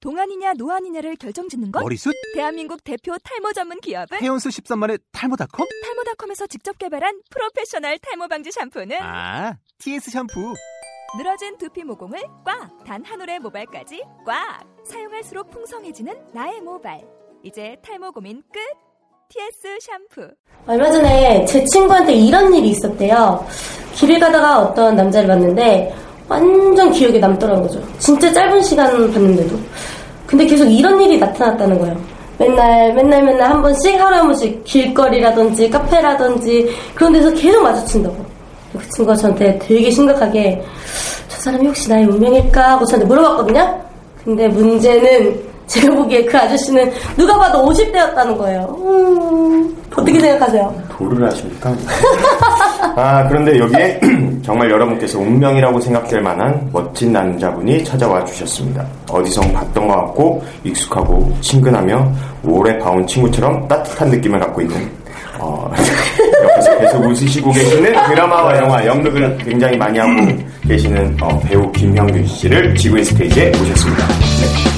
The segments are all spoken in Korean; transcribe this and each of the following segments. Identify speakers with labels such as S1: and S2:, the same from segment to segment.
S1: 동안이냐 노안이냐를 결정짓는 건
S2: 머리숱?
S1: 대한민국 대표 탈모 전문 기업은
S2: 헤어수 13만의 탈모닷컴?
S1: 탈모닷컴에서 직접 개발한 프로페셔널 탈모 방지 샴푸는
S2: 아, TS 샴푸.
S1: 늘어진 두피 모공을 꽉! 단 한 올의 모발까지 꽉! 사용할수록 풍성해지는 나의 모발. 이제 탈모 고민 끝! TS 샴푸.
S3: 얼마 전에 제 친구한테 이런 일이 있었대요. 길을 가다가 어떤 남자를 봤는데 완전 기억에 남더라는 거죠. 진짜 짧은 시간 봤는데도. 근데 계속 이런 일이 나타났다는 거예요. 맨날 맨날 맨날 한 번씩 하루에 한 번씩 길거리라든지 카페라든지 그런 데서 계속 마주친다고. 그 친구가 저한테 되게 심각하게 저 사람이 혹시 나의 운명일까 하고 저한테 물어봤거든요. 근데 문제는 제가 보기에 그 아저씨는 누가 봐도 50대였다는 거예요. 음, 어떻게 생각하세요?
S4: 도를 하십니까? 아, 그런데 여기에 정말 여러분께서 운명이라고 생각될 만한 멋진 남자분이 찾아와 주셨습니다. 어디선 봤던 것 같고 익숙하고 친근하며 오래 봐온 친구처럼 따뜻한 느낌을 갖고 있는 어, 옆에서 계속 웃으시고 계시는 드라마와 영화 연극을 굉장히 많이 하고 계시는 어, 배우 김형균 씨를 지구의 스테이지에 모셨습니다. 네.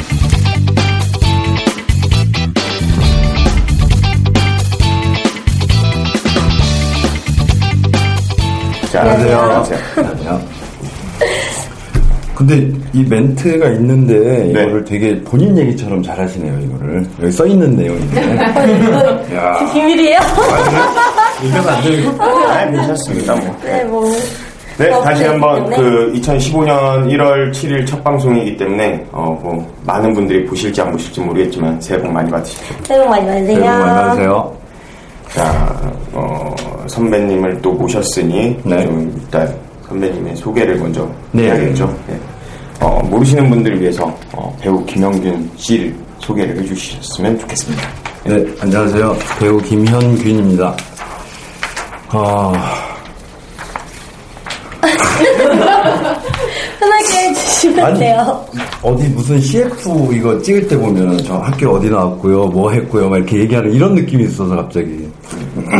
S4: 자,
S3: 안녕하세요.
S4: 안녕하세요.
S5: 근데 이 멘트가 있는데
S4: 네.
S5: 이거를 되게 본인 얘기처럼 잘하시네요 이거를 여기 써 있는 내용인데
S3: 그 비밀이에요?
S4: 아, 괜찮습니다. 뭐.
S3: 네, 뭐.
S4: 네,
S3: 어,
S4: 다시
S3: 네,
S4: 한번
S3: 네.
S4: 그 2015년 1월 7일 첫 방송이기 때문에 어, 뭐 많은 분들이 보실지 안 보실지 모르겠지만 새해 복 많이 받으십시오.
S3: 새해 복 많이
S5: 새해
S3: 받으세요.
S5: 복 많이 받으세요.
S4: 자, 어, 선배님을 또 모셨으니
S5: 네.
S4: 좀 일단 선배님의 소개를 먼저
S5: 네.
S4: 해야겠죠. 네. 어, 모르시는 분들을 위해서 어, 배우 김영균 씨를 소개를 해주셨으면 좋겠습니다.
S5: 네, 안녕하세요. 배우 김현균입니다. 아,
S3: 편하게 해주시면
S5: 아니.
S3: 돼요.
S5: 어디 무슨 CF 이거 찍을 때 보면 저 학교 어디 나왔고요, 뭐 했고요, 막 이렇게 얘기하는 이런 느낌이 있어서 갑자기.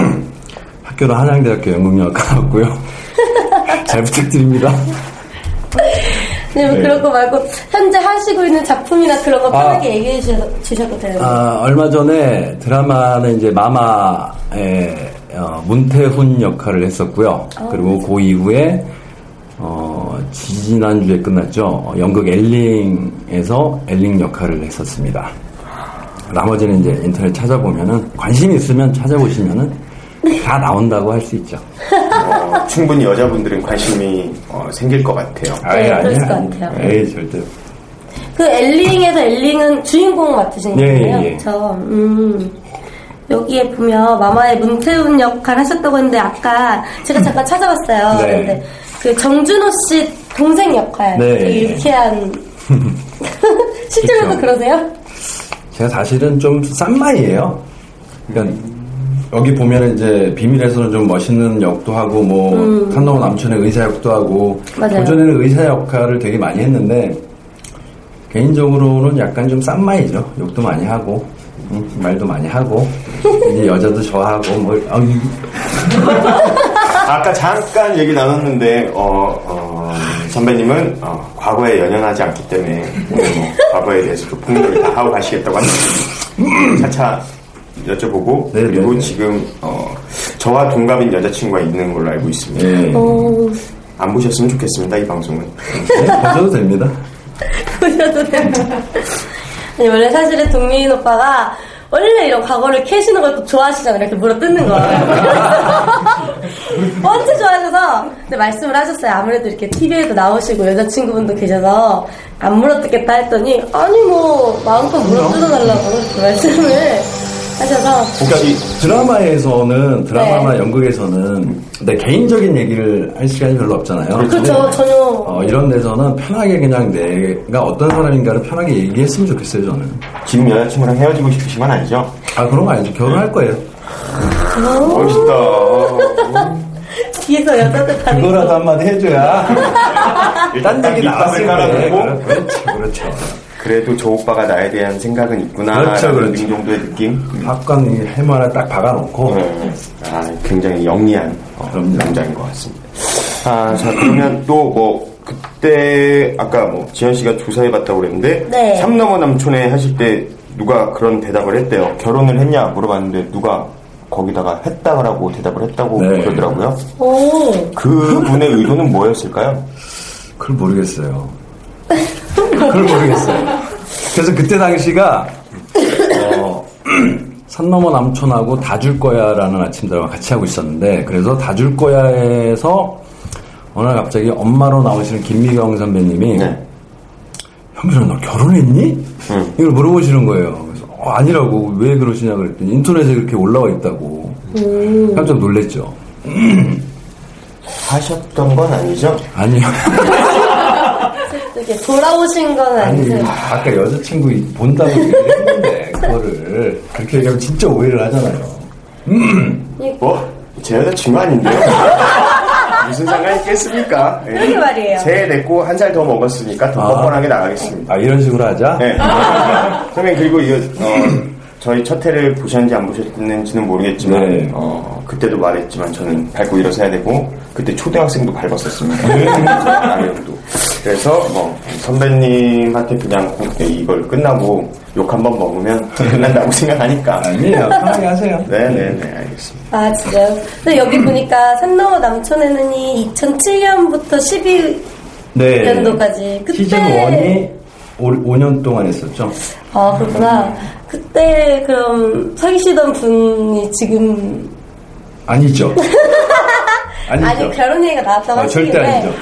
S5: 학교는 한양대학교 연극영화과 나왔고요. 잘 부탁드립니다.
S3: 네, 뭐 그런 거 말고 현재 하시고 있는 작품이나 그런 거
S5: 아.
S3: 편하게 얘기해 주셔- 주셔도 돼요.
S5: 아, 얼마 전에 드라마는 이제 마마의 어, 문태훈 역할을 했었고요.
S3: 어,
S5: 그리고 그 이후에 어, 지난주에 끝났죠. 어, 연극 엘링에서 엘링 역할을 했었습니다. 나머지는 이제 인터넷 찾아보면은 관심 있으면 찾아보시면은 다 나온다고 할 수 있죠.
S4: 어, 충분히 여자분들은 관심이 어, 생길 것 같아요.
S3: 네, 그럴 것 같아요.
S5: 에이 네, 절대.
S3: 그 엘링에서 엘링은 주인공 맡으신
S5: 예,
S3: 거예요?
S5: 예, 예.
S3: 저, 음. 여기에 보면 마마의 문태훈 역할 하셨다고 했는데 아까 제가 잠깐 찾아봤어요.
S5: 네.
S3: 근데 그 정준호 씨 동생 역할
S5: 네,
S3: 되게
S5: 예, 예.
S3: 유쾌한 실제로도
S5: 그쵸.
S3: 그러세요?
S5: 제가 사실은 좀 쌈마이에요. 그러니까 여기 보면은 이제 비밀에서는 좀 멋있는 역도 하고 뭐 탄동호 남천의 의사 역도 하고
S3: 음. 맞아요.
S5: 그전에는 의사 역할을 되게 많이 했는데 개인적으로는 약간 좀 쌈마이죠. 욕도 많이 하고 음, 말도 많이 하고 이제 여자도 좋아하고 뭐 아, 이-
S4: 아까 잠깐 얘기 나눴는데 어, 어, 선배님은 어, 과거에 연연하지 않기 때문에 오늘 뭐 과거에 대해서도 폭로를 다 하고 가시겠다고 하는데 차차 여쭤보고
S5: 네,
S4: 그리고
S5: 네, 네.
S4: 지금 어, 저와 동갑인 여자친구가 있는 걸로 알고 있습니다.
S5: 예.
S3: 오,
S4: 안 보셨으면 좋겠습니다 이 방송은.
S5: 네, 보셔도 됩니다.
S3: 보셔도 됩니다. 아니, 원래 사실은 동민 오빠가 원래 이런 과거를 캐시는 걸 또 좋아하시잖아요. 이렇게 물어 뜯는 거. 완전 좋아하셔서 근데 말씀을 하셨어요. 아무래도 이렇게 TV에도 나오시고 여자친구분도 계셔서 안 물어 뜯겠다 했더니 아니 뭐 마음껏 물어 뜯어달라고 그 말씀을 하셔서
S4: 혹시
S5: 드라마에서는 드라마나
S3: 네.
S5: 연극에서는 내 개인적인 얘기를 할 시간이 별로 없잖아요.
S3: 그렇죠 전혀
S5: 어, 이런 데서는 편하게 그냥 내가 어떤 사람인가를 편하게 얘기했으면 좋겠어요, 저는.
S4: 지금 여자친구랑 헤어지고 싶으신 건 아니죠?
S5: 아, 그런 거 아니죠.
S3: 네.
S5: 결혼할 거예요.
S4: 멋있다.
S3: 뒤에서 여자들 가는
S5: 그거라도 한마디 해줘야. 딴
S4: 밑밥을
S5: 얘기 나왔을 때.
S4: 깔아놓고
S5: 그렇죠, 그렇죠.
S4: 그래도 저 오빠가 나에 대한 생각은 있구나
S5: 그렇죠,
S4: 라는
S5: 그렇죠.
S4: 이 정도의 느낌.
S5: 박관 해머 하나 딱 박아놓고.
S4: 아, 굉장히 영리한 어,
S5: 그럼요.
S4: 남자인 것 같습니다. 아, 자, 그러면 또 뭐, 그때 그때 아까 뭐 지현 씨가 조사해봤다고 그랬는데
S3: 네.
S4: 삼 넘어 남촌에 하실 때 누가 그런 대답을 했대요. 결혼을 했냐 물어봤는데 누가 거기다가 했다라고 대답을 했다고
S5: 네.
S4: 그러더라고요.
S3: 오.
S4: 그분의 의도는 뭐였을까요?
S5: 그걸 모르겠어요. 그걸 모르겠어요. 그래서 그때 당시가 어, 산 넘어 남촌하고 다 줄 거야라는 아침 드라마 같이 하고 있었는데 그래서 다 줄 거야에서 어느 날 갑자기 엄마로 나오시는 김미경 선배님이
S4: 네.
S5: 형준아 너 결혼했니?
S4: 응.
S5: 이걸 물어보시는 거예요. 그래서 어, 아니라고 왜 그러시냐 그랬더니 인터넷에 그렇게 올라와 있다고 깜짝 놀랬죠.
S4: 하셨던 건 아니죠?
S5: 아니요.
S3: 이렇게 돌아오신 건
S5: 아니,
S3: 아니세요?
S5: 아까 여자친구 본다고 얘기를 했는데, 그거를. 그렇게 얘기하면 진짜 오해를 하잖아요.
S4: 뭐? 제 여자친구 아닌데요? 무슨 상관이 있겠습니까? 예.
S3: 그러게 말이에요.
S4: 제 냈고 한 살 더 먹었으니까 더
S5: 아.
S4: 뻔뻔하게 나가겠습니다.
S5: 아, 이런 식으로 하자?
S4: 네. 선배님 그리고 이거 어, 저희 첫 회를 보셨는지 안 보셨는지는 모르겠지만
S5: 네.
S4: 어, 그때도 말했지만 저는 밟고 일어서야 되고 그때 초등학생도 밟았었습니다. 아니도 그래서 뭐 선배님한테 그냥 네, 이걸 끝나고 욕 한 번 먹으면 끝난다고 생각하니까.
S5: 아니에요. 편하게 하세요.
S4: 네네네 알겠습니다.
S3: 아, 진짜요? 근데 여기 보니까 산넘어 남촌에는이 2007년부터 12년도까지. 그때.
S5: 네. 시즌 1이 5년 동안 했었죠.
S3: 아, 그렇구나. 그때 그럼 사귀시던 분이 지금
S5: 아니죠. 아니죠.
S3: 아니 결혼 얘기가 나왔다고
S5: 아, 절대
S3: 하시길래
S5: 아니죠.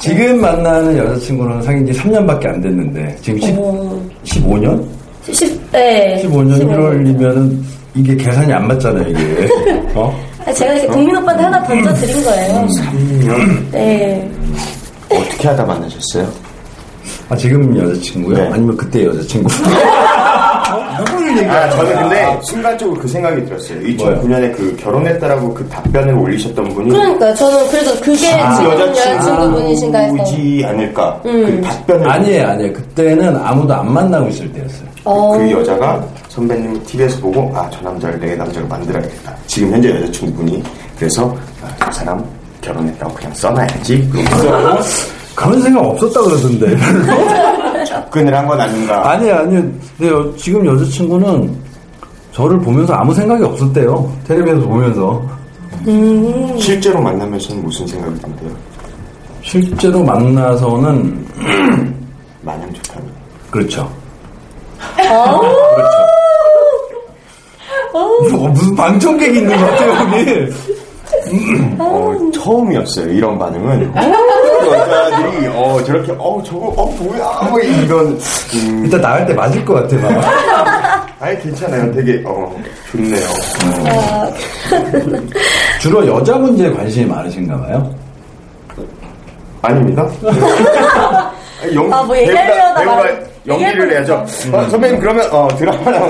S5: 지금 만나는 여자친구랑 사귄 지 3년밖에 안 됐는데, 지금 10,
S3: 어머.
S5: 15년?
S3: 10, 네.
S5: 15년 1월이면은 이게 계산이 안 맞잖아요, 이게. 어?
S3: 아, 제가 이렇게 동민 오빠한테 하나 던져드린 거예요. 네.
S4: 어떻게 하다 만나셨어요?
S5: 아 지금 여자친구요?
S4: 네.
S5: 아니면 그때 여자친구? 누구를 얘기하는
S4: 아, 저는
S5: 거야?
S4: 근데 순간적으로 그 생각이 들었어요. 2009년에 그 결혼했다라고 그 답변을 올리셨던 분이
S3: 그러니까 저는 그래서 그게
S5: 아.
S3: 지금 여자친구분이신가 해서. 음.
S4: 여자친구분이지 않을까. 그 답변을
S5: 아니에요 아니에요 그때는 아무도 안 만나고 있을 때였어요
S3: 어,
S4: 그 여자가 선배님 TV에서 보고 아 저 남자를 내 남자로 만들어야겠다. 지금 현재 여자친구분이 그래서 아, 저 사람 결혼했다고 그냥 써놔야지. 그러면서
S5: 그런 생각 없었다 그러던데
S4: 접근을 한 건 아닌가.
S5: 아니에요 아니에요 근데 여- 지금 여자친구는 저를 보면서 아무 생각이 없었대요 텔레비에서 보면서
S4: 실제로 만나면서는 무슨 생각이 드는데요?
S5: 실제로 만나서는
S4: 마냥 좋다면.
S5: 그렇죠
S3: 어?
S5: 그렇죠 뭐, 무슨 방청객이 있는 것 같아요 여기
S4: 어, 처음이었어요. 이런 반응은
S3: 어.
S4: 여자들이 어 저렇게 어 저거 어 뭐야 뭐 이런 음,
S5: 일단 나갈 때 맞을 것 같아 막
S4: 아예 괜찮아요. 되게 어 좋네요.
S5: 주로 여자 문제에 관심이 많으신가 봐요
S4: 아닙니다. 아니, 연-
S3: 아, 뭐 얘기하려다
S4: 배우가- 배우가
S3: 말은- 음.
S4: 연기를
S3: 얘기할
S4: 해야죠. 어, 선배님 그러면 어, 드라마랑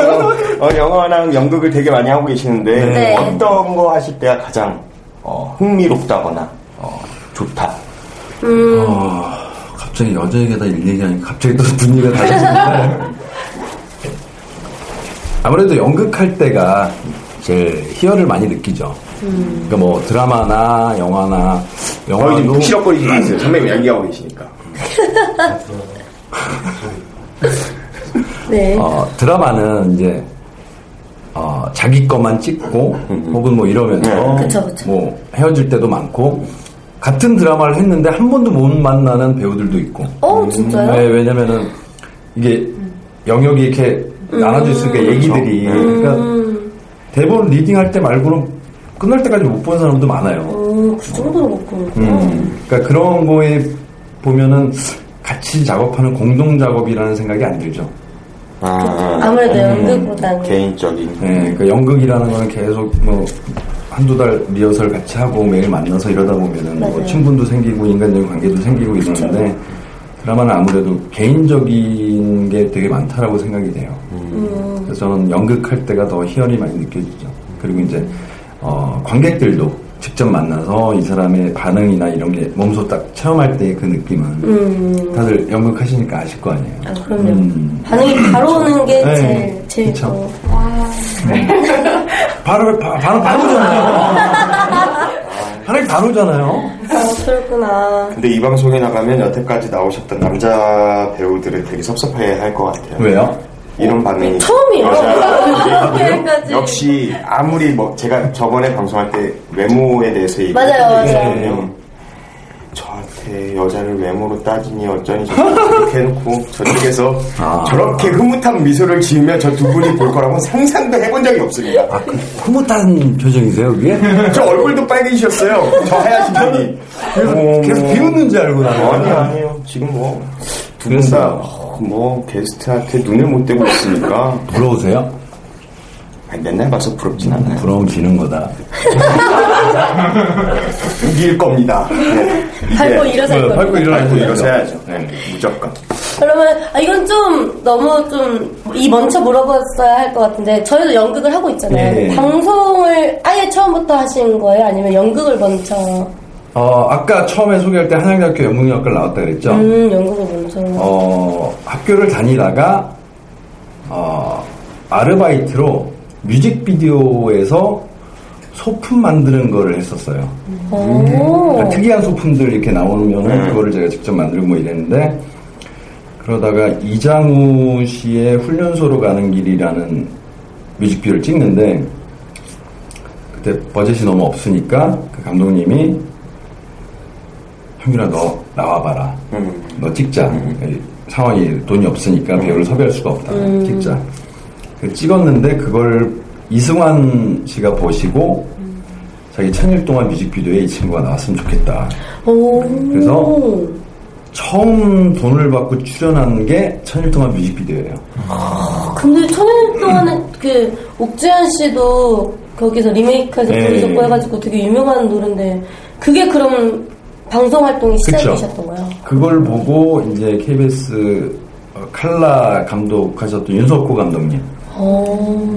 S4: 어, 영화랑 연극을 되게 많이 하고 계시는데
S3: 네.
S4: 어떤 거 하실 때가 가장 어, 흥미롭다거나 어, 좋다.
S5: 어, 갑자기 여자에게다 일 얘기하니까 갑자기 또 분위기가 달라지는데 아무래도 연극할 때가 제일 희열을 많이 느끼죠. 그러니까 뭐 드라마나 영화나
S4: 거의 좀
S5: 영화도
S4: 푹시럭거리지 뭐 마세요. 아, 음. 선배님 연기하고 계시니까.
S3: 네.
S5: 어, 드라마는 이제 어, 자기 것만 찍고 혹은 뭐 이러면서
S4: 음. 네.
S3: 그쵸, 그쵸.
S5: 뭐 헤어질 때도 많고 같은 드라마를 했는데 한 번도 못 만나는 배우들도 있고
S3: 어, 진짜요?
S5: 네, 왜냐면은 이게 영역이 이렇게 나눠져 있으니까 얘기들이
S4: 음. 그렇죠. 네.
S5: 그러니까 대본 리딩할 때 말고는 끝날 때까지 못 본 사람도 많아요.
S3: 오, 그 정도로 먹고.
S4: 어.
S5: 음. 그러니까 그런 거에 보면은 같이 작업하는 공동 작업이라는 생각이 안 들죠.
S3: 아무래도
S5: 음.
S3: 연극보다는.
S4: 음, 개인적인.
S5: 네, 그러니까 연극이라는 거는 계속 뭐 한두 달 리허설 같이 하고 매일 만나서 이러다 보면은 뭐
S3: 맞아요.
S5: 친분도 생기고 인간적인 관계도 생기고 이러는데 드라마는 아무래도 개인적인 게 되게 많다라고 생각이 돼요.
S3: 음.
S5: 그래서 저는 연극할 때가 더 희열이 많이 느껴지죠. 그리고 이제 어, 관객들도 직접 만나서 이 사람의 반응이나 이런 게 몸소 딱 체험할 때 그 느낌은 다들 연극하시니까 아실 거 아니에요.
S3: 음.
S5: 음.
S3: 아, 그럼요. 반응이 바로 오는 게
S5: 네.
S3: 제일, 제일
S5: 그쵸.
S3: 좋고.
S5: 바로 바, 바로 바로잖아요. 하나님 바로잖아요.
S3: 그랬구나.
S4: 근데 이 방송에 나가면 여태까지 나오셨던 남자 배우들은 되게 섭섭해 할 것 같아요.
S5: 왜요?
S4: 이런 반응이
S3: 처음이에요.
S5: 아,
S4: 여자
S3: 여기까지.
S4: 역시 아무리 뭐 제가 저번에 방송할 때 외모에 대해서
S3: 맞아요,
S4: 얘기했거든요. 저한테 여자를 외모로 따지니 어쩌니 저렇게 해놓고 저쪽에서 저렇게 흐뭇한 미소를 지으며 저 두 분이 볼 거라고 상상도 해본 적이 없습니다.
S5: 흐뭇한 표정이세요, 그게?
S4: 저 얼굴도 빨개지셨어요. 저 하얀 분이
S5: 계속, 계속 비웃는 줄 알고
S4: 아니
S5: 나는.
S4: 아니요 지금 뭐. 그러니까. 어, 뭐두분다뭐 게스트한테 눈을 못 대고 있으니까
S5: 부러우세요?
S4: 아니, 맨날 봐서 부럽진 않아요.
S5: 부러움지는 거다.
S4: 이길 겁니다. 네.
S3: 밟고
S4: 이게
S3: 일어설 뭐 거예요.
S5: 밟고
S4: 밟고
S5: 일어나고
S4: 일어서야죠. 네, 무조건.
S3: 그러면 아 이건 좀 너무 좀 이 먼저 물어봤어야 할 것 같은데 저희도 연극을 하고 있잖아요.
S5: 예.
S3: 방송을 아예 처음부터 하신 거예요? 아니면 연극을 먼저?
S5: 어, 아까 처음에 소개할 때 한양대학교 영문학과를 나왔다 그랬죠?
S3: 음 연극을 먼저.
S5: 어, 학교를 다니다가, 어, 아르바이트로 뮤직비디오에서 소품 만드는 거를 했었어요.
S3: 오.
S5: 그러니까 특이한 소품들 이렇게 나오면 은 그거를 제가 직접 만들고 뭐 이랬는데 그러다가 이장우 씨의 훈련소로 가는 길이라는 뮤직비디오를 찍는데 그때 버젯이 너무 없으니까 그 감독님이 형균아 너 나와봐라 너 찍자 상황이 돈이 없으니까 배우를 섭외할 수가 없다 찍자 그 찍었는데 그걸 이승환 씨가 보시고 자기 천일 동안 뮤직비디오에 이 친구가 나왔으면 좋겠다.
S3: 오.
S5: 아, 그래서 처음 돈을 받고 출연한 게 천일 동안 뮤직비디오예요.
S3: 근데 천일 동안은 그 옥주현 씨도 거기서 리메이크해서
S5: 예.
S3: 부르셨고 해가지고 되게 유명한 노래인데 그게 그럼 방송 활동이
S5: 그쵸.
S3: 시작이셨던 거예요?
S5: 그걸 보고 이제 KBS 어, 칼라 감독하셨던 윤석호 감독님
S3: 오.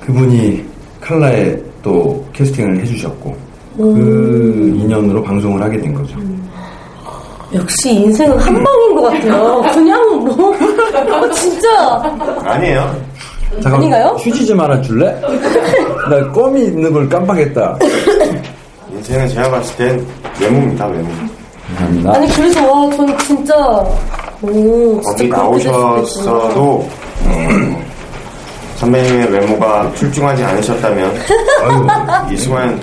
S5: 그분이 칼라에 또 캐스팅을 해주셨고 그 인연으로 방송을 하게 된 거죠.
S3: 음. 역시 인생은 한 방인 것 같아요. 그냥 뭐, 어, 진짜.
S4: 아니에요.
S5: 잠깐
S3: 아닌가요?
S5: 휴지 좀 하나 줄래? 나 껌이 있는 걸 깜빡했다.
S4: 인생은 제가 봤을 땐 외모입니다, 외모.
S5: 감사합니다.
S3: 아니, 그래서 와, 전 진짜. 오, 진짜
S4: 거기
S3: 그렇게 됐을 것 같아요.
S4: 나오셨어도 음, 선배님의 외모가 출중하지 않으셨다면 이승환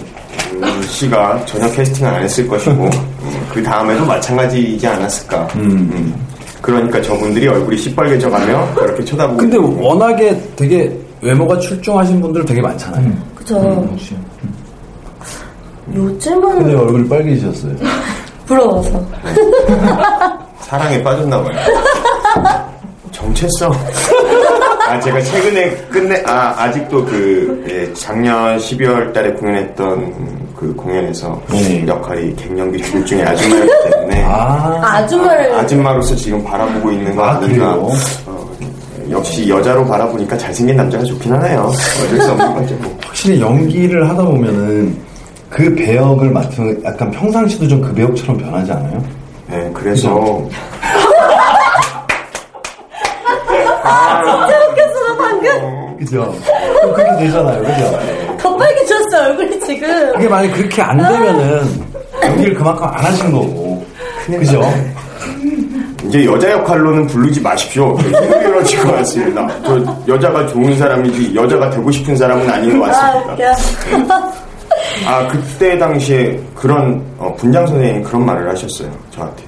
S4: 음, 씨가 전혀 캐스팅을 안 했을 것이고 음, 그 다음에도 마찬가지이지 않았을까. 음. 그러니까 저분들이 얼굴이 시뻘개져가며 그렇게 쳐다보고
S5: 근데 워낙에 되게 외모가 출중하신 분들 되게 많잖아요.
S3: 그쵸. 요즘은
S5: 근데 얼굴 빨개지셨어요.
S3: 부러워서.
S4: 사랑에 빠졌나 봐요. 정체성. 아 제가 최근에 끝내 아 아직도 그 예, 작년 12월달에 공연했던 그 공연에서
S5: 네.
S4: 역할이 갱년기 중증의 아줌마였기 때문에
S5: 아,
S3: 아, 줌마를
S4: 아줌마로서 지금 바라보고 있는 거
S5: 아,
S4: 아닌가.
S5: 그래요?
S4: 어, 역시 여자로 바라보니까 잘생긴 남자가 좋긴 하네요. 어쩔 수 없는 거죠. 뭐.
S5: 확실히 연기를 하다 보면은 그 배역을 맡으면 약간 평상시도 좀 그 배역처럼 변하지 않아요?
S4: 네, 그래서
S3: 웃겼어, 나 방금.
S5: 그죠? 그럼 그렇게 되잖아요, 그죠?
S3: 더 빨개졌어, 얼굴이 지금.
S5: 그게 만약에 그렇게 안 되면은 연기를 그만큼 안 하신 거고. 그죠?
S4: 이제 여자 역할로는 부르지 마십시오. 힘들어질 것 같습니다. 저 여자가 좋은 사람이지 여자가 되고 싶은 사람은 아닌 것
S3: 아,
S4: 같습니다.
S3: 웃겨.
S4: 아 그때 당시에 그런 어, 분장 선생님이 그런 말을 하셨어요 저한테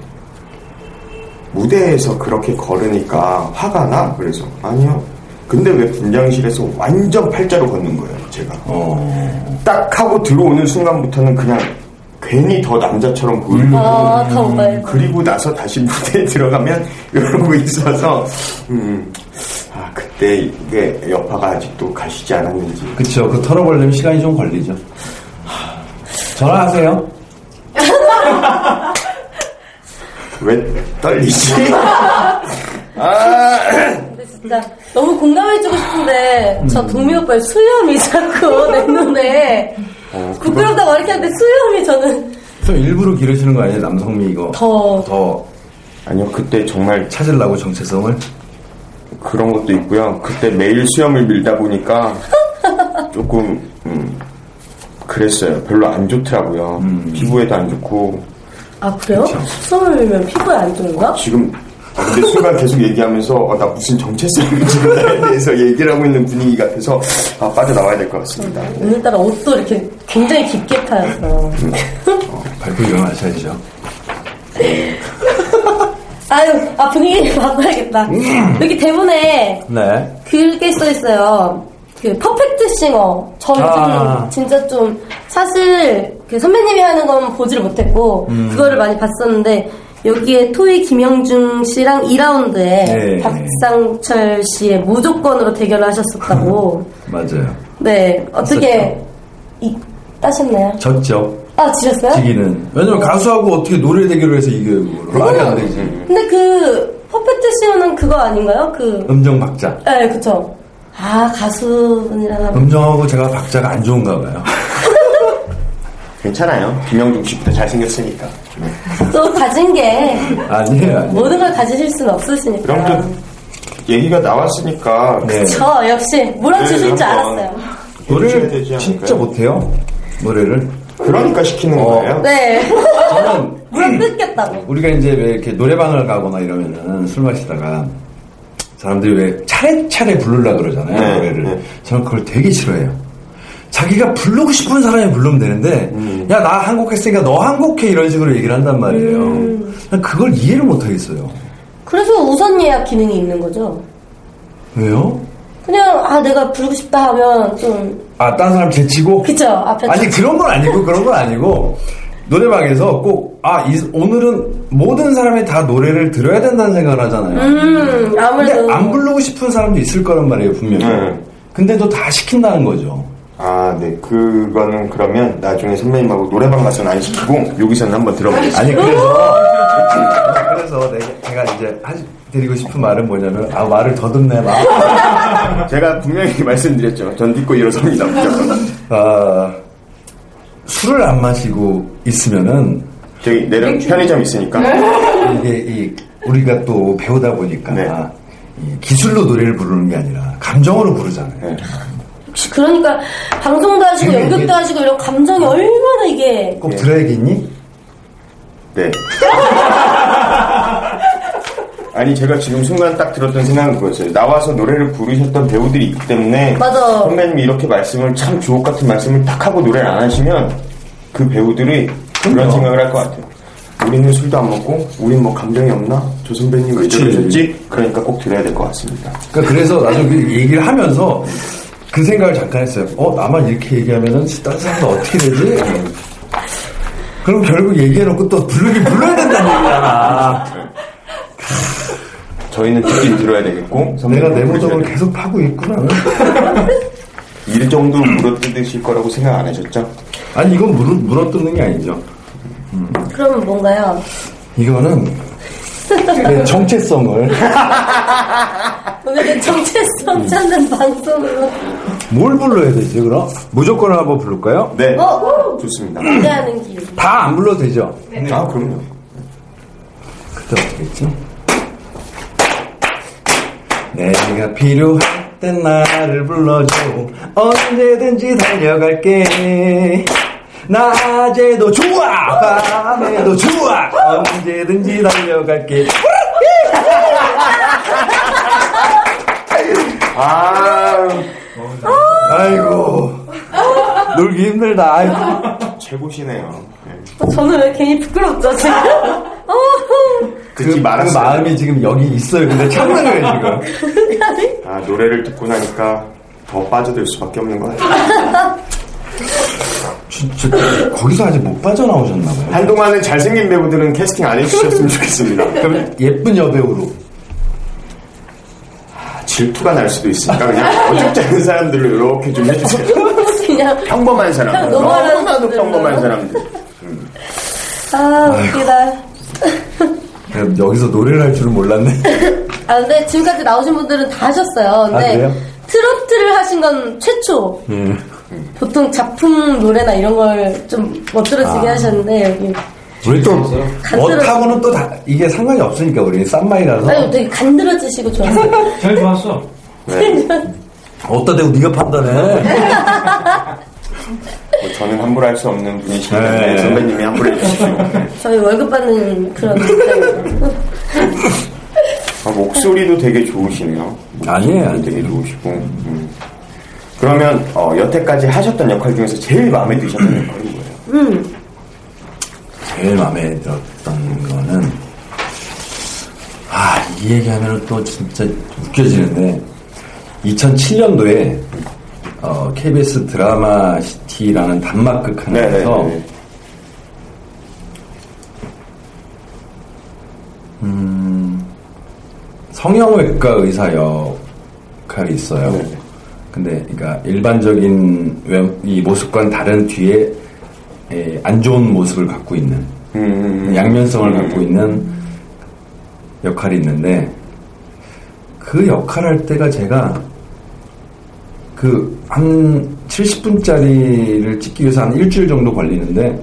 S4: 무대에서 그렇게 걸으니까 화가 나 그래서 아니요 근데 왜 분장실에서 완전 팔자로 걷는 거예요 제가 딱 하고 들어오는 순간부터는 그냥 괜히 더 남자처럼 보이고
S3: 아, 다 오빠예요.
S4: 그리고 나서 다시 무대에 들어가면 이러고 있어서 음, 아 그때 이게 여파가 아직도 가시지 않았는지
S5: 그쵸. 그 털어버리면 시간이 좀 걸리죠. 전화하세요.
S4: 왜 떨리지?
S3: 어, 근데 진짜 너무 공감해주고 싶은데 저 동미 오빠의 수염이 자꾸 내 눈에
S4: 어,
S3: 부끄럽다고 이렇게 하는데 수염이 저는
S5: 좀 일부러 기르시는 거 아니에요? 남성미 이거.
S3: 더
S5: 더
S4: 아니요 그때 정말
S5: 찾으려고 정체성을.
S4: 그런 것도 있고요. 그때 매일 수염을 밀다 보니까 조금 음, 그랬어요. 별로 안 좋더라고요. 피부에도 안 좋고
S3: 아 그래요? 스물면 피부에 안 좋은가?
S4: 지금 아, 근데 순간 계속 얘기하면서 어, 나 무슨 정체성 문제에 대해서 얘기를 하고 있는 분위기 같아서 아, 빠져나와야 될 것 같습니다.
S3: 오늘따라 옷도 이렇게 굉장히 깊게 파여서
S5: 밟고 일어나셔야죠.
S3: 아유 아 분위기 바꿔야겠다
S5: 음.
S3: 여기 대본에
S5: 네.
S3: 그게 써 있어요. 그 퍼펙트 싱어. 저 요즘
S5: 아.
S3: 진짜 좀 사실 그 선배님이 하는 건 보지를 못했고
S5: 음.
S3: 그거를 많이 봤었는데 여기에 토이 김영중 씨랑 2라운드에
S5: 네.
S3: 박상철 씨의 무조건으로 대결을 하셨었다고.
S5: 맞아요.
S3: 네 어떻게
S5: 있었죠.
S3: 이, 따셨나요?
S5: 졌죠.
S3: 아 지셨어요?
S5: 지기는. 왜냐면 가수하고 어떻게 노래 대결을 해서 이겨요, 그걸. 말이 안 되지.
S3: 근데 그 퍼펙트 싱어는 그거 아닌가요? 그
S5: 음정 박자.
S3: 네, 그쵸. 아 가수분이랑 하면
S5: 음정하고 제가 박자가 안 좋은가 봐요.
S4: 괜찮아요. 김영중 씨보다 잘생겼으니까.
S5: 음.
S3: 또 가진 게
S5: 아니에요, 아니에요.
S3: 모든 걸 가지실 수는 없으시니까.
S4: 그럼 또 얘기가 나왔으니까
S5: 네.
S3: 저 역시 물어주실
S4: 네,
S3: 줄
S4: 한번
S3: 알았어요.
S4: 해줘야 되지
S5: 노래를
S4: 않을까요?
S5: 진짜 못해요. 노래를.
S4: 그러니까 시키는
S5: 어.
S4: 거예요.
S3: 네.
S5: 저는
S3: 물어 뜯겠다고.
S5: 우리가 이제 왜 이렇게 노래방을 가거나 이러면은 술 마시다가 사람들이 왜 차례차례 부르려고 그러잖아요
S4: 네,
S5: 노래를
S4: 네.
S5: 저는 그걸 되게 싫어해요 자기가 부르고 싶은 사람이 부르면 되는데
S4: 음.
S5: 야 나 한 곡 했으니까 너 한 곡 해 이런 식으로 얘기를 한단 말이에요 난 그걸 이해를 못하겠어요
S3: 그래서 우선 예약 기능이 있는 거죠.
S5: 왜요?
S3: 그냥 아 내가 부르고 싶다 하면 좀
S5: 아 다른 사람 제치고?
S3: 그쵸 앞에
S5: 아니 그런 건 아니고 그런 건 아니고 노래방에서 꼭아 오늘은 모든 사람이 다 노래를 들어야 된다는 생각을 하잖아요
S3: 음 아무래도
S5: 근데 안 부르고 싶은 사람도 있을 거란 말이에요 분명히
S4: 네.
S5: 근데 너 다 시킨다는 거죠
S4: 아, 네. 그거는 그러면 나중에 선배님하고 노래방 가서는 안 시키고 여기서는 한번 들어보겠습니다.
S5: 아니 그래서 그래서 내가, 제가 이제 하, 드리고 싶은 말은 뭐냐면 아 말을 더듬네 막
S4: 제가 분명히 말씀드렸죠. 전 믿고 일어섭니다. 무조건.
S5: 아, 술을 안 마시고 있으면은
S4: 저기 내려 편의점 있으니까.
S5: 이게 이 우리가 또 배우다 보니까
S4: 네.
S5: 이 기술로 노래를 부르는 게 아니라 감정으로 부르잖아요
S4: 네.
S3: 혹시 그러니까 방송도 하시고 연극도 하시고 이런 감정이 얼마나 이게
S4: 예.
S5: 꼭 드라이기니?
S4: 네. 아니 제가 지금 순간 딱 들었던 생각은 그거였어요. 나와서 노래를 부르셨던 배우들이 있기 때문에
S3: 맞아.
S4: 선배님이 이렇게 말씀을 참 주옥 같은 말씀을 딱 하고 노래를 안 하시면 그 배우들이 그런 생각을 할 것 같아요. 우리는 술도 안 먹고 우린 뭐 감정이 없나? 저 선배님 왜
S5: 그치.
S4: 저러셨지? 그러니까 꼭 들어야 될 것 같습니다.
S5: 그러니까 그래서 나중에 그 얘기를 하면서 그 생각을 잠깐 했어요. 어, 나만 이렇게 얘기하면은 다른 사람도 어떻게 되지? 그럼 결국 얘기해놓고 또 부르긴 불러야 된다는 얘기잖아.
S4: 저희는 듣긴 들어야 되겠고
S5: 내가
S4: 선배님은
S5: 내 모습을
S4: 부르셔야
S5: 계속 파고 있구나.
S4: 되겠고. 이 정도로 물어뜯으실 거라고 생각 안 하셨죠?
S5: 아니, 이건 물, 물어뜯는 게 아니죠.
S3: 그러면 뭔가요?
S5: 이거는 내 정체성을
S3: 오늘은 정체성 찾는 방송으로
S5: 뭘 불러야 되지, 그럼? 무조건 한번 부를까요?
S4: 네,
S3: 어
S4: 좋습니다.
S3: 기대하는 길.
S5: 다 안 불러도 되죠?
S4: 아 그럼요.
S5: 그때 어떻게 했지? 내가 필요할 땐 나를 불러줘 언제든지 달려갈게 낮에도 좋아 밤에도 좋아 언제든지 달려갈게
S4: 아
S5: 아이고 놀기 힘들다 아이고.
S4: 최고시네요. 네.
S3: 어, 저는 왜 괜히 부끄럽죠 지금? 어후.
S5: 그, 그
S4: 말았어요.
S5: 마음이 지금 여기 있어요 근데 참는 거예요 지금
S4: 아, 노래를 듣고 나니까 더 빠져들 수밖에 없는 것 같아요.
S5: 진짜 거기서 아직 못 빠져나오셨나봐요
S4: 한동안은 잘생긴 배우들은 캐스팅 안 해주셨으면 좋겠습니다. 그럼
S5: 예쁜 여배우로
S4: 아, 질투가 날 수도 있으니까 그냥 어줍지 않은 사람들로 이렇게 좀 해주세요.
S3: 그냥
S4: 평범한 사람들.
S3: 그냥 넘어가는
S4: 너무나도
S3: 사람들로.
S4: 평범한 사람들.
S3: 아 웃기다.
S5: 여기서 노래를 할 줄은 몰랐네
S3: 아, 근데 지금까지 나오신 분들은 다 하셨어요. 근데
S5: 아, 그래요?
S3: 트로트를 하신 건 최초.
S5: 음.
S3: 보통 작품 노래나 이런 걸 좀
S5: 아.
S3: 멋들어지게 하셨는데, 여기.
S5: 우리 또뭐
S3: 간절한-
S5: 워타고는 또 다, 이게 상관이 없으니까 우리 쌈마이라서
S3: 아니, 되게 간드러지시고 좋아요.
S6: 잘 좋았어.
S4: 네.
S5: 어따 대고 네가 판단해
S4: 뭐 저는 함부로 할 수 없는 분이시기 때문에
S5: 네.
S4: 선배님이 함부로 해주십시오. 네.
S3: 저희 월급 받는 그런 입장이에요.
S4: 아, 목소리도 되게 좋으시네요.
S5: 아니에요,
S4: 목소리도 되게
S5: 아니에요.
S4: 좋으시고. 음. 그러면 어, 여태까지 하셨던 역할 중에서 제일 마음에 드셨던 역할이 뭐예요?
S5: 제일 마음에 들었던 거는 아 이 얘기하면 또 진짜 웃겨지는데 2007년도에 KBS 드라마 시티라는 단막극 하나에서
S4: 네네.
S5: 성형외과 의사 역할이 있어요.
S4: 네네.
S5: 근데 그러니까 일반적인 외- 이 모습과는 다른 뒤에 에, 안 좋은 모습을 갖고 있는 음, 양면성을 갖고 있는 역할이 있는데 그 역할 할 때가 제가 그 한 70분짜리를 찍기 위해서 한 일주일 정도 걸리는데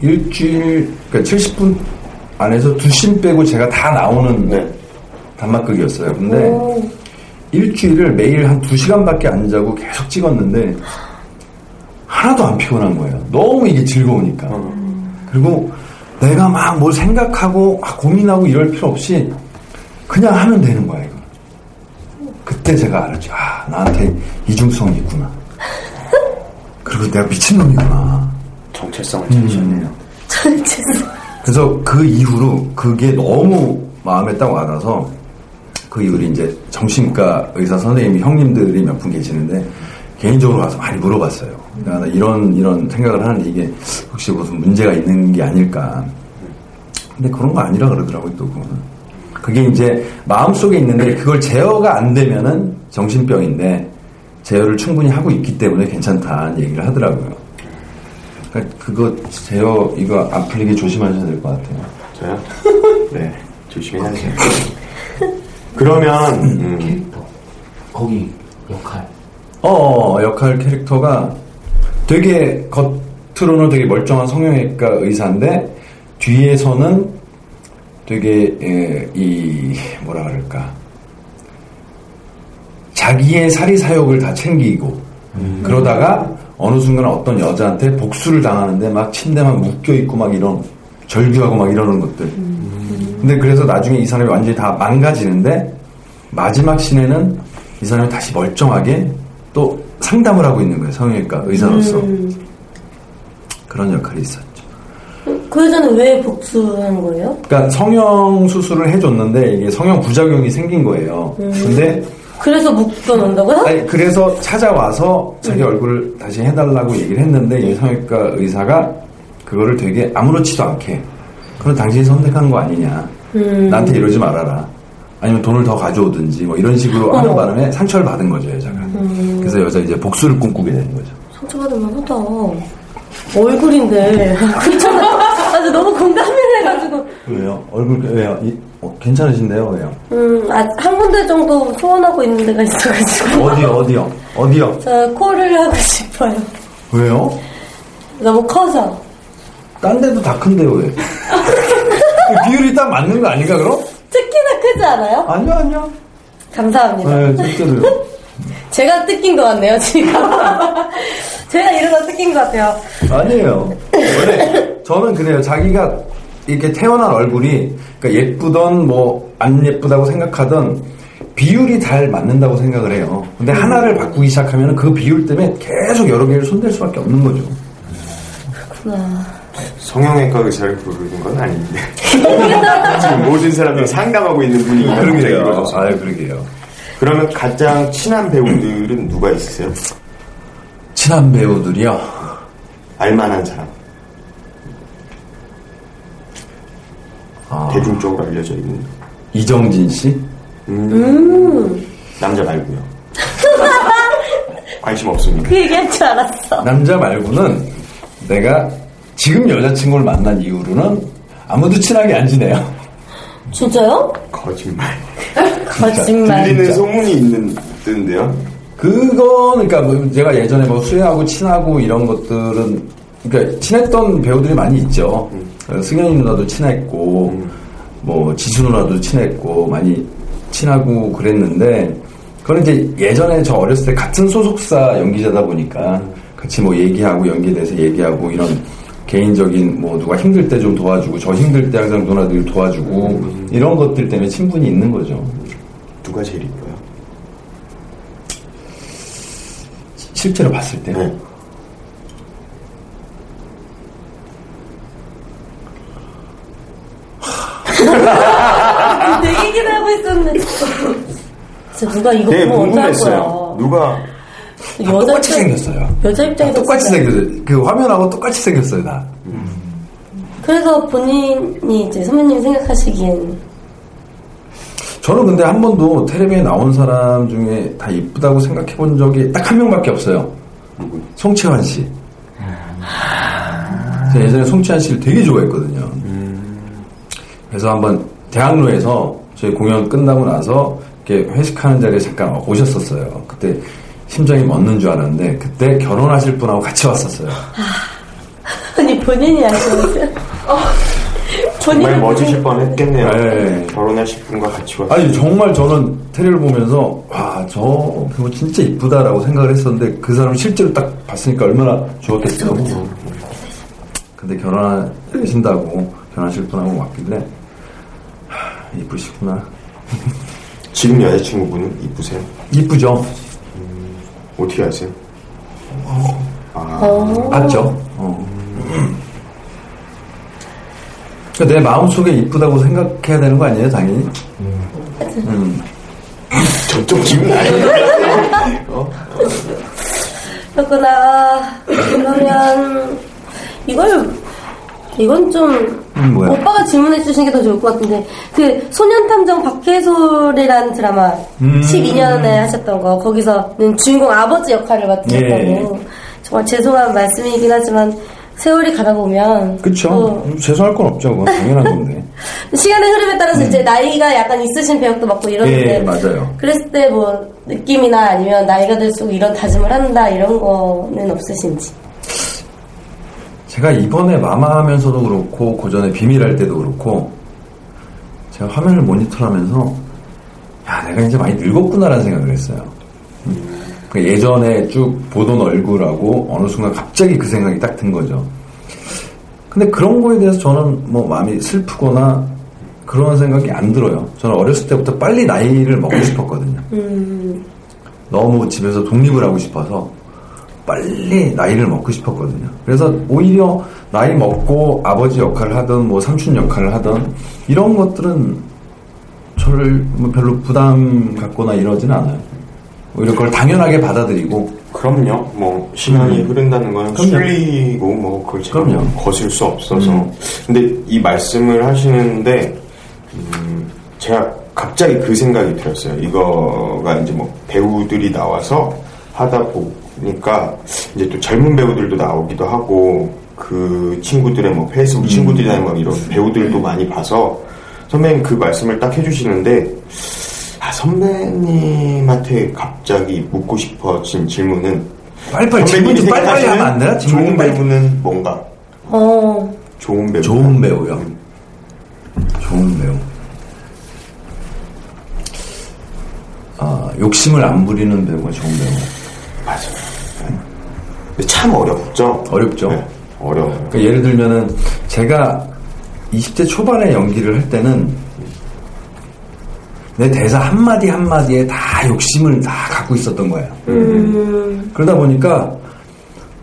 S5: 일주일 그러니까 70분 안에서 두신 빼고 제가 다 나오는
S4: 네.
S5: 단막극이었어요. 근데
S3: 오,
S5: 네. 일주일을 매일 한 두시간밖에안 자고 계속 찍었는데 하나도 안 피곤한 거예요. 너무 이게 즐거우니까. 그리고 내가 막 뭘 생각하고 막 고민하고 이럴 필요 없이 그냥 하면 되는 거야, 이거. 그때 제가 알았죠. 아, 나한테 이중성이 있구나. 그리고 내가 미친놈이구나.
S4: 정체성을 찾으셨네요.
S5: 음.
S3: 전체
S5: 그래서 그 이후로 그게 너무 마음에 딱 와닿아서 그 이후로 이제 정신과 의사 선생님 형님들이 몇 분 계시는데 개인적으로 와서 많이 물어봤어요. 그러니까 나 이런 이런 생각을 하는데 이게 혹시 무슨 문제가 있는 게 아닐까. 근데 그런 거 아니라 그러더라고요. 또 그거는 그게 이제 마음 속에 있는데 그걸 제어가 안 되면은 정신병인데 제어를 충분히 하고 있기 때문에 괜찮다는 얘기를 하더라고요. 그러니까 그거 제어 이거 안 풀리게 조심하셔야 될 것 같아요.
S4: 저요? 네. 조심히 하세요. 그러면 음,
S6: 캐릭터 거기 역할
S5: 어, 역할 캐릭터가 되게 겉으로는 되게 멀쩡한 성형외과 의사인데 뒤에서는 되게 에, 이 뭐라 그럴까 자기의 사리사욕을 다 챙기고 그러다가 어느 순간 어떤 여자한테 복수를 당하는데 막 침대만 묶여 있고 막 이런 절규하고 막 이러는 것들. 근데 그래서 나중에 이 사람이 완전히 다 망가지는데 마지막 신에는 이 사람이 다시 멀쩡하게 또 상담을 하고 있는 거예요 성형외과 의사로서 그런 역할이 있었죠.
S3: 그 여자는 왜 복수한 거예요?
S5: 그러니까 성형 수술을 해줬는데 이게 성형 부작용이 생긴 거예요. 근데
S3: 그래서 묶어놓는다고요?
S5: 아니, 그래서 찾아와서 자기 얼굴을 다시 해달라고 얘기를 했는데 이 성형외과 의사가 그거를 되게 아무렇지도 않게 그럼 당신이 선택한 거 아니냐 나한테 이러지 말아라 아니면 돈을 더 가져오든지 뭐 이런 식으로 하는 바람에 상처를 받은 거죠 여자가 그래서 여자 이제 복수를 꿈꾸게 되는 거죠
S3: 상처받을만 하다. 얼굴인데. 그렇잖아. 나도 너무 공감을 해가지고.
S5: 왜요? 얼굴 왜요? 이- 어, 괜찮으신데요 왜요?
S3: 음, 아, 한 군데 정도 소원하고 있는 데가 있어가지고.
S5: 어디요 어디요 어디요?
S3: 저 코를 하고 싶어요.
S5: 왜요?
S3: 너무 커서.
S5: 딴 데도 다 큰데요 왜? 그 비율이 딱 맞는 거 아닌가 그럼?
S3: 특히나 크지 않아요?
S5: 아니요 아니요
S3: 감사합니다.
S5: 네 실제로요
S3: 제가 뜯긴 것 같네요, 지금. 제가 이러다 뜯긴 것 같아요.
S5: 아니에요. 원래 저는 그래요. 자기가 이렇게 태어난 얼굴이 그러니까 예쁘던 뭐 안 예쁘다고 생각하던 비율이 잘 맞는다고 생각을 해요. 근데 하나를 바꾸기 시작하면 그 비율 때문에 계속 여러 개를 손댈 수밖에 없는 거죠.
S4: 성형외과 의사를 부르는 건 아닌데 지금 모든 사람들이 상담하고 있는 분위기가 갑자기 이루어져서.
S5: 아, 그렇죠. 아유 그러게요.
S4: 그러면 가장 친한 배우들은 누가 있으세요?
S5: 친한 배우들이요.
S4: 알만한 사람
S5: 아,
S4: 대중적으로 알려져 있는
S5: 이정진 씨.
S4: 남자 말고요 관심 없습니다
S3: 그 얘기할 줄 알았어.
S5: 남자 말고는 내가 지금 여자친구를 만난 이후로는 아무도 친하게 안 지내요.
S3: 진짜요?
S4: 거짓말
S3: 거짓말.
S4: 들리는 소문이 있는 듯데요
S5: 그거 그러니까 뭐 제가 예전에 뭐 수혜하고 친하고 이런 것들은 그러니까 친했던 배우들이 많이 있죠. 어, 승현이 누나도 친했고 뭐 지수 누나도 친했고 많이 친하고 그랬는데 그거는 이제 예전에 저 어렸을 때 같은 소속사 연기자다 보니까 같이 뭐 얘기하고 연기에 대해서 얘기하고 이런 개인적인 뭐 누가 힘들 때 좀 도와주고 저 힘들 때 항상 누나들 도와주고 이런 것들 때문에 친분이 있는 거죠.
S4: 누가 제일 이뻐요?
S5: 시- 실제로 봤을 때요.
S4: 네.
S3: 내 아, 얘기를 하고 있었는데. 진짜 누가 이거
S4: 네,
S3: 보면 어떡할
S4: 궁금했어요.
S3: 거야.
S4: 누가
S5: 다 똑같이 생겼어요.
S3: 여자 입장에서
S5: 아, 똑같이
S3: 진짜-
S5: 생겼어요. 그 화면하고 똑같이 생겼어요, 다.
S3: 그래서 본인이 이제 선배님 생각하시기엔
S5: 저는 근데 한 번도 텔레비에 나온 사람 중에 다 이쁘다고 생각해 본 적이 딱 한 명밖에 없어요.
S4: 누구?
S5: 송채환 씨. 제가 예전에 송채환 씨를 되게 좋아했거든요. 그래서 한번 대학로에서 저희 공연 끝나고 나서 이렇게 회식하는 자리에 잠깐 오셨었어요. 그때 심장이 멎는 줄 알았는데 그때 결혼하실 분하고 같이 왔었어요.
S3: 아니 본인이 아시는
S4: 정말 멋지실 뻔했겠네요.
S5: 네.
S4: 결혼하실 분과 같이 왔어요.
S5: 아니 정말 저는 테레를 보면서 와저 그거 진짜 이쁘다라고 생각을 했었는데 그 사람 실제로 딱 봤으니까 얼마나 좋았겠어요. 근데 결혼하신다고 결혼하실 분하고 왔길래 하, 이쁘시구나.
S4: 지금 여자친구분은 이쁘세요?
S5: 이쁘죠?
S4: 어떻게 아세요?
S5: 봤죠? 어. 그러니까 내 마음속에 이쁘다고 생각해야 되는 거 아니에요, 당연히?
S4: 저쪽 지금 아니에요?
S3: 그렇구나 그러면 이걸 이건 좀
S5: 음, 뭐야?
S3: 오빠가 질문해 주시는 게 더 좋을 것 같은데 그 소년탐정 박해솔이라는 드라마
S5: 음.
S3: 12년에 하셨던 거 거기서는 주인공 아버지 역할을 맡으셨다고
S5: 예.
S3: 정말 죄송한 말씀이긴 하지만 세월이 가다 보면
S5: 그쵸?
S3: 또
S5: 음, 죄송할 건 없죠, 그건 당연한 건데.
S3: 시간의 흐름에 따라서 이제 나이가 약간 있으신 배역도 맡고 이러는데
S5: 음. 예, 맞아요.
S3: 그랬을 때 뭐 느낌이나 아니면 나이가 들수록 이런 다짐을 한다 이런 거는 없으신지
S5: 제가 이번에 마마 하면서도 그렇고 그 전에 비밀할 때도 그렇고 제가 화면을 모니터하면서 야 내가 이제 많이 늙었구나라는 생각을 했어요. 음. 그 예전에 쭉 보던 얼굴하고 어느 순간 갑자기 그 생각이 딱 든 거죠. 근데 그런 거에 대해서 저는 뭐 마음이 슬프거나 그런 생각이 안 들어요. 저는 어렸을 때부터 빨리 나이를 먹고 싶었거든요. 너무 집에서 독립을 하고 싶어서 빨리 나이를 먹고 싶었거든요. 그래서 오히려 나이 먹고 아버지 역할을 하든 뭐 삼촌 역할을 하든 이런 것들은 저를 뭐 별로 부담 갖거나 이러진 않아요. 오히려 그걸 당연하게 받아들이고
S4: 그럼요. 뭐 시간이 흐른다는 건
S5: 그럼요.
S4: 순리고 뭐 그걸 제가
S5: 그럼요. 음.
S4: 거슬 수 없어서. 근데 이 말씀을 하시는데 음, 제가 갑자기 그 생각이 들었어요. 이거가 이제 뭐 배우들이 나와서 하다 보니까 이제 또 젊은 배우들도 나오기도 하고 그 친구들의 뭐 페이스북
S5: 음.
S4: 친구들이나 뭐 이런
S5: 네.
S4: 배우들도 많이 봐서 선배님 그 말씀을 딱 해주시는데 아, 선배님한테 갑자기 묻고 싶어진 질문은
S5: 빨리빨리 질문 좀 빨리빨리 하면 안 되나? 질문
S4: 아, 좋은
S5: 좀 빨리.
S4: 배우는 뭔가?
S3: 어
S4: 좋은 배우.
S5: 좋은 배우요. 좋은 배우. 아 욕심을 안 부리는 배우가 좋은 배우.
S4: 맞아요. 근데 참 어렵죠.
S5: 어렵죠.
S4: 네, 어려워요.
S5: 그러니까 예를 들면은 제가 20대 초반에 연기를 할 때는 내 대사 한마디 한마디에 다 욕심을 다 갖고 있었던 거예요. 그러다 보니까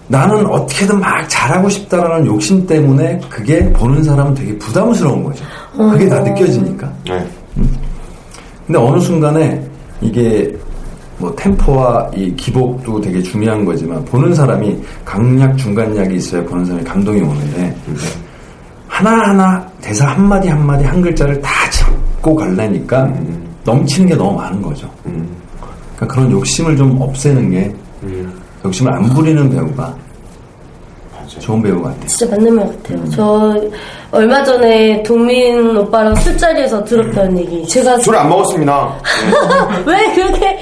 S5: 나는 어떻게든 막 잘하고 싶다라는 욕심 때문에 그게 보는 사람은 되게 부담스러운 거죠. 그게 다 느껴지니까.
S4: 네.
S5: 근데 어느 순간에 이게 뭐 템포와 이 기복도 되게 중요한 거지만 보는 사람이 강약 중간약이 있어야 보는 사람이 감동이 오는데 하나하나 대사 한마디 한마디 한 글자를 다 잡고 갈라니까 넘치는 게 너무 많은 거죠. 그러니까 그런 욕심을 좀 없애는 게 음. 욕심을 안 부리는 배우가 좋은 배우 같아요.
S3: 진짜 맞는 말 같아요
S5: 음.
S3: 저 얼마 전에 동민 오빠랑 술자리에서
S5: 음.
S3: 들었던 얘기 제가
S4: 술 안 먹었습니다.
S3: 왜 그렇게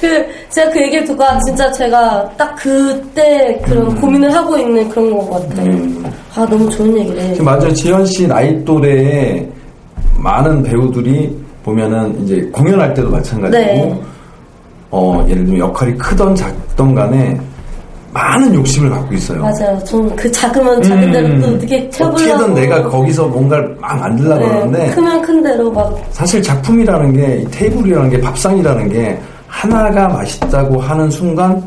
S3: 그 제가 그 얘기를 듣고 아, 진짜 제가 딱 그때 그런 고민을 하고 있는 그런 것 같아요
S5: 음.
S3: 아 너무 좋은 얘기를 해요.
S5: 지금 맞아요. 지현 씨 나이 또래에 많은 배우들이 보면은 이제 공연할 때도 마찬가지고
S3: 네.
S5: 어, 예를 들면 역할이 크던 작던 간에 많은 욕심을 갖고 있어요.
S3: 맞아요. 좀그 작으면 작은 대로 또 어떻게 채우려고.
S5: 어떻게든 음. 뭐 내가 거기서 뭔가를 막 만들려고
S3: 네,
S5: 그러는데
S3: 크면 큰 대로 막
S5: 사실 작품이라는 게이 테이블이라는 게 밥상이라는 게 하나가 맛있다고 하는 순간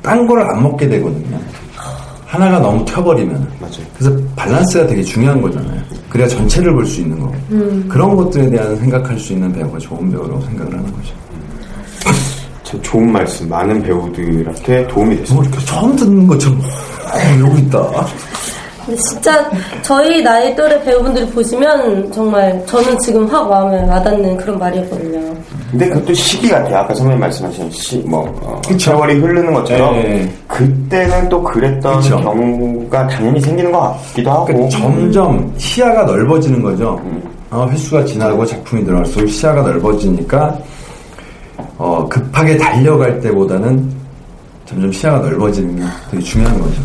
S5: 딴 걸 안 먹게 되거든요. 하나가 너무 튀어버리면
S4: 맞아요.
S5: 그래서 밸런스가 되게 중요한 거잖아요. 그래야 전체를 볼 수 있는 거고 그런 것들에 대한 생각할 수 있는 배우가 좋은 배우라고 생각을 하는 거죠.
S4: 참 좋은 말씀. 많은 배우들한테 도움이
S5: 뭐
S4: 됐습니다.
S5: 이렇게 처음 듣는 것처럼 어, 여기 있다.
S3: 근데 진짜 저희 나이 또래 배우분들이 보시면 정말 저는 지금 확 마음에 와닿는 그런 말이었거든요.
S4: 근데 그것도 시기 같아요. 아까 선배님 말씀하신 시, 뭐, 어,
S5: 그쵸.
S4: 세월이 흐르는 것처럼
S5: 네.
S4: 그때는 또 그랬던
S5: 그쵸.
S4: 경우가 당연히 생기는 것 같기도 하고.
S5: 그러니까 점점 시야가 넓어지는 거죠. 어, 횟수가 지나고 작품이 늘어날수록 시야가 넓어지니까 어, 급하게 달려갈 때보다는 점점 시야가 넓어지는 게 되게 중요한 거죠.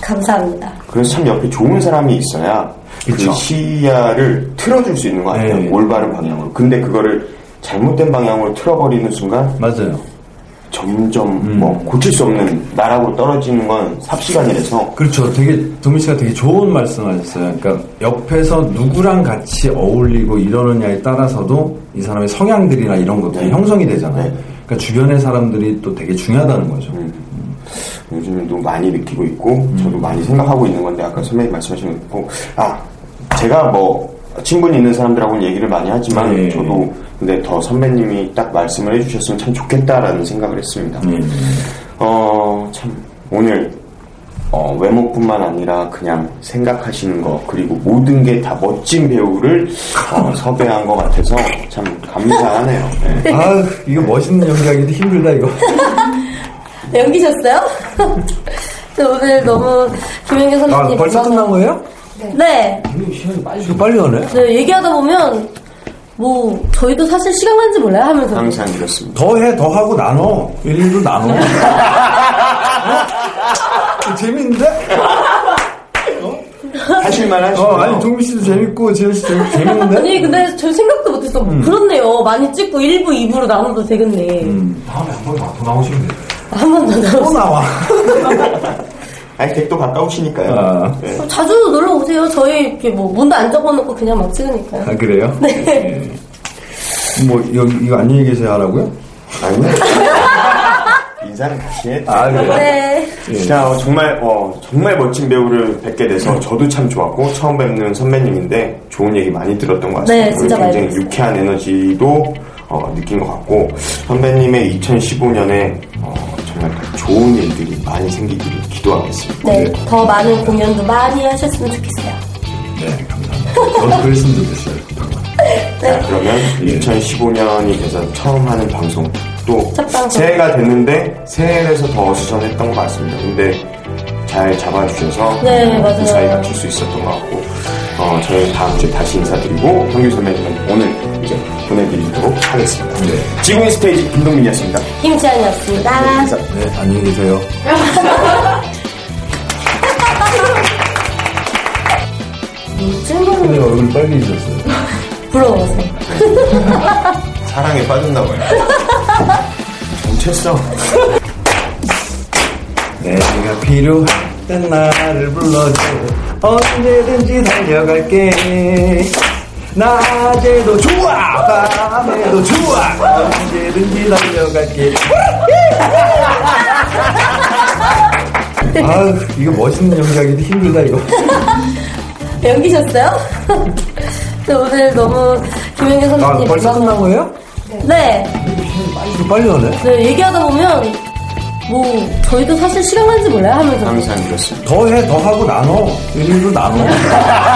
S3: 감사합니다.
S4: 그래서 참 옆에 좋은 사람이 있어야 그
S5: 그쵸.
S4: 시야를 틀어줄 수 있는 것 같아요.
S5: 네.
S4: 올바른 방향으로. 근데 그거를 잘못된 방향으로 틀어버리는 순간
S5: 맞아요.
S4: 점점
S5: 음.
S4: 뭐 고칠 수 없는 나락으로 떨어지는 건 삽시간이라서
S5: 그렇죠. 되게 도민 씨가 되게 좋은 말씀하셨어요. 그러니까 옆에서 누구랑 같이 어울리고 이러느냐에 따라서도 이 사람의 성향들이나 이런 것들이
S4: 네.
S5: 형성이 되잖아요.
S4: 네.
S5: 그러니까 주변의 사람들이 또 되게 중요하다는 거죠.
S4: 요즘도 많이 느끼고 있고 저도 많이 생각하고 있는 건데 아까 선배님 말씀하신 거고 아 제가 뭐 친분이 있는 사람들하고는 얘기를 많이 하지만
S5: 네.
S4: 저도 근데 더 선배님이 딱 말씀을 해주셨으면 참 좋겠다라는 생각을 했습니다.
S5: 네.
S4: 어, 참, 오늘, 어, 외모뿐만 아니라 그냥 생각하시는 거, 그리고 모든 게 다 멋진 배우를 어, 섭외한 것 같아서 참 감사하네요. 네.
S5: 아, 이거 멋있는 연기하기도 힘들다 이거.
S3: 네, 연기셨어요? 저 오늘 너무 김현경
S5: 아,
S3: 선생님
S5: 벌써
S3: 고마워요.
S5: 끝난 거예요?
S3: 네.
S6: 시간이 빨리
S5: 이거 빨리 하네.
S3: 네, 얘기하다 보면 뭐 저희도 사실 시간 가는 지 몰라요 하면서
S4: 항상 이렇습니다.
S5: 더 해, 더 하고 나눠. 1인분 나눠.
S3: 네.
S5: 어? 재밌는데?
S4: 하실만 하시죠.
S5: 어, 아니, 종민 씨도 재밌고, 지현 씨도 재밌, 재밌는데?
S3: 아니 그- 근데 저 생각도 못했어.
S5: 음.
S3: 그렇네요. 많이 찍고 1부, 2부로 나눠도 되겠네.
S6: 다음에 한 번 더 나오시면 돼요.
S3: 한 번 더 나오세요.
S5: 또 나와.
S4: 아니, 댁도 가까우시니까요.
S5: 아.
S4: 네.
S3: 자주 놀러 오세요. 저희 이렇게 뭐 문도 안 적어놓고 그냥 막 찍으니까요.
S5: 아, 그래요?
S3: 네.
S5: 뭐, 여기, 이거 안녕히 계세요 하라고요?
S4: 아니요. 인사는 같이 해.
S5: 아, 그래요?
S3: 네.
S4: 진짜 어, 정말 어, 정말 멋진 배우를 뵙게 돼서 저도 참 좋았고 처음 뵙는 선배님인데 좋은 얘기 많이 들었던 것 같습니다.
S3: 네, 진짜
S4: 오늘
S3: 많이
S4: 굉장히
S3: 들었어요.
S4: 유쾌한 에너지도 어, 느낀 것 같고 선배님의 2015년에 어, 정말 좋은 일들이 많이 생기기를 기도하겠습니다.
S3: 네, 더 많은 공연도 많이 하셨으면 좋겠어요.
S5: 네, 감사합니다. 저도 그랬으면 좋겠어요.
S4: 자, 그러면 2015년이 돼서 처음 하는 방송 또
S3: 첫 방송.
S4: 새해가 됐는데 새해에서 더 어수선했던 것 같습니다. 근데 잘 잡아주셔서 음, 그
S3: 네, 맞아요.
S4: 무사히 마칠 수 있었던 것 같고 어, 저희는 다음 주에 다시 인사드리고 황규 선배님은 오늘 이제 보내드리도록 하겠습니다.
S3: 네.
S4: 지구인 스테이지 김동민이었습니다.
S3: 김지한이었습니다.
S4: 인사.
S5: 네, 안녕히 계세요.
S3: 찐으로
S5: 근데 얼굴 빨개지셨어요.
S3: 부러워서.
S4: 사랑에 빠졌나 봐요. 정체성.
S5: 내가 필요할 땐 나를 불러줘 언제든지 달려갈게 낮에도 좋아 밤에도 좋아 언제든지 달려갈게 아 이거 멋있는 연기하기도 힘들다 이거
S3: 연기셨어요? 저 오늘 너무 김현경
S5: 아
S3: 선생님 고마워요.
S5: 벌써 끝난 거예요?
S3: 네.
S5: 이거 빨리 하네
S3: 네, 얘기하다 보면 뭐 저희도 사실 시간 가는 지 몰라요 하면서
S4: 항상 이렇습니다.
S5: 더 해 더 하고 나눠 1인분 나눠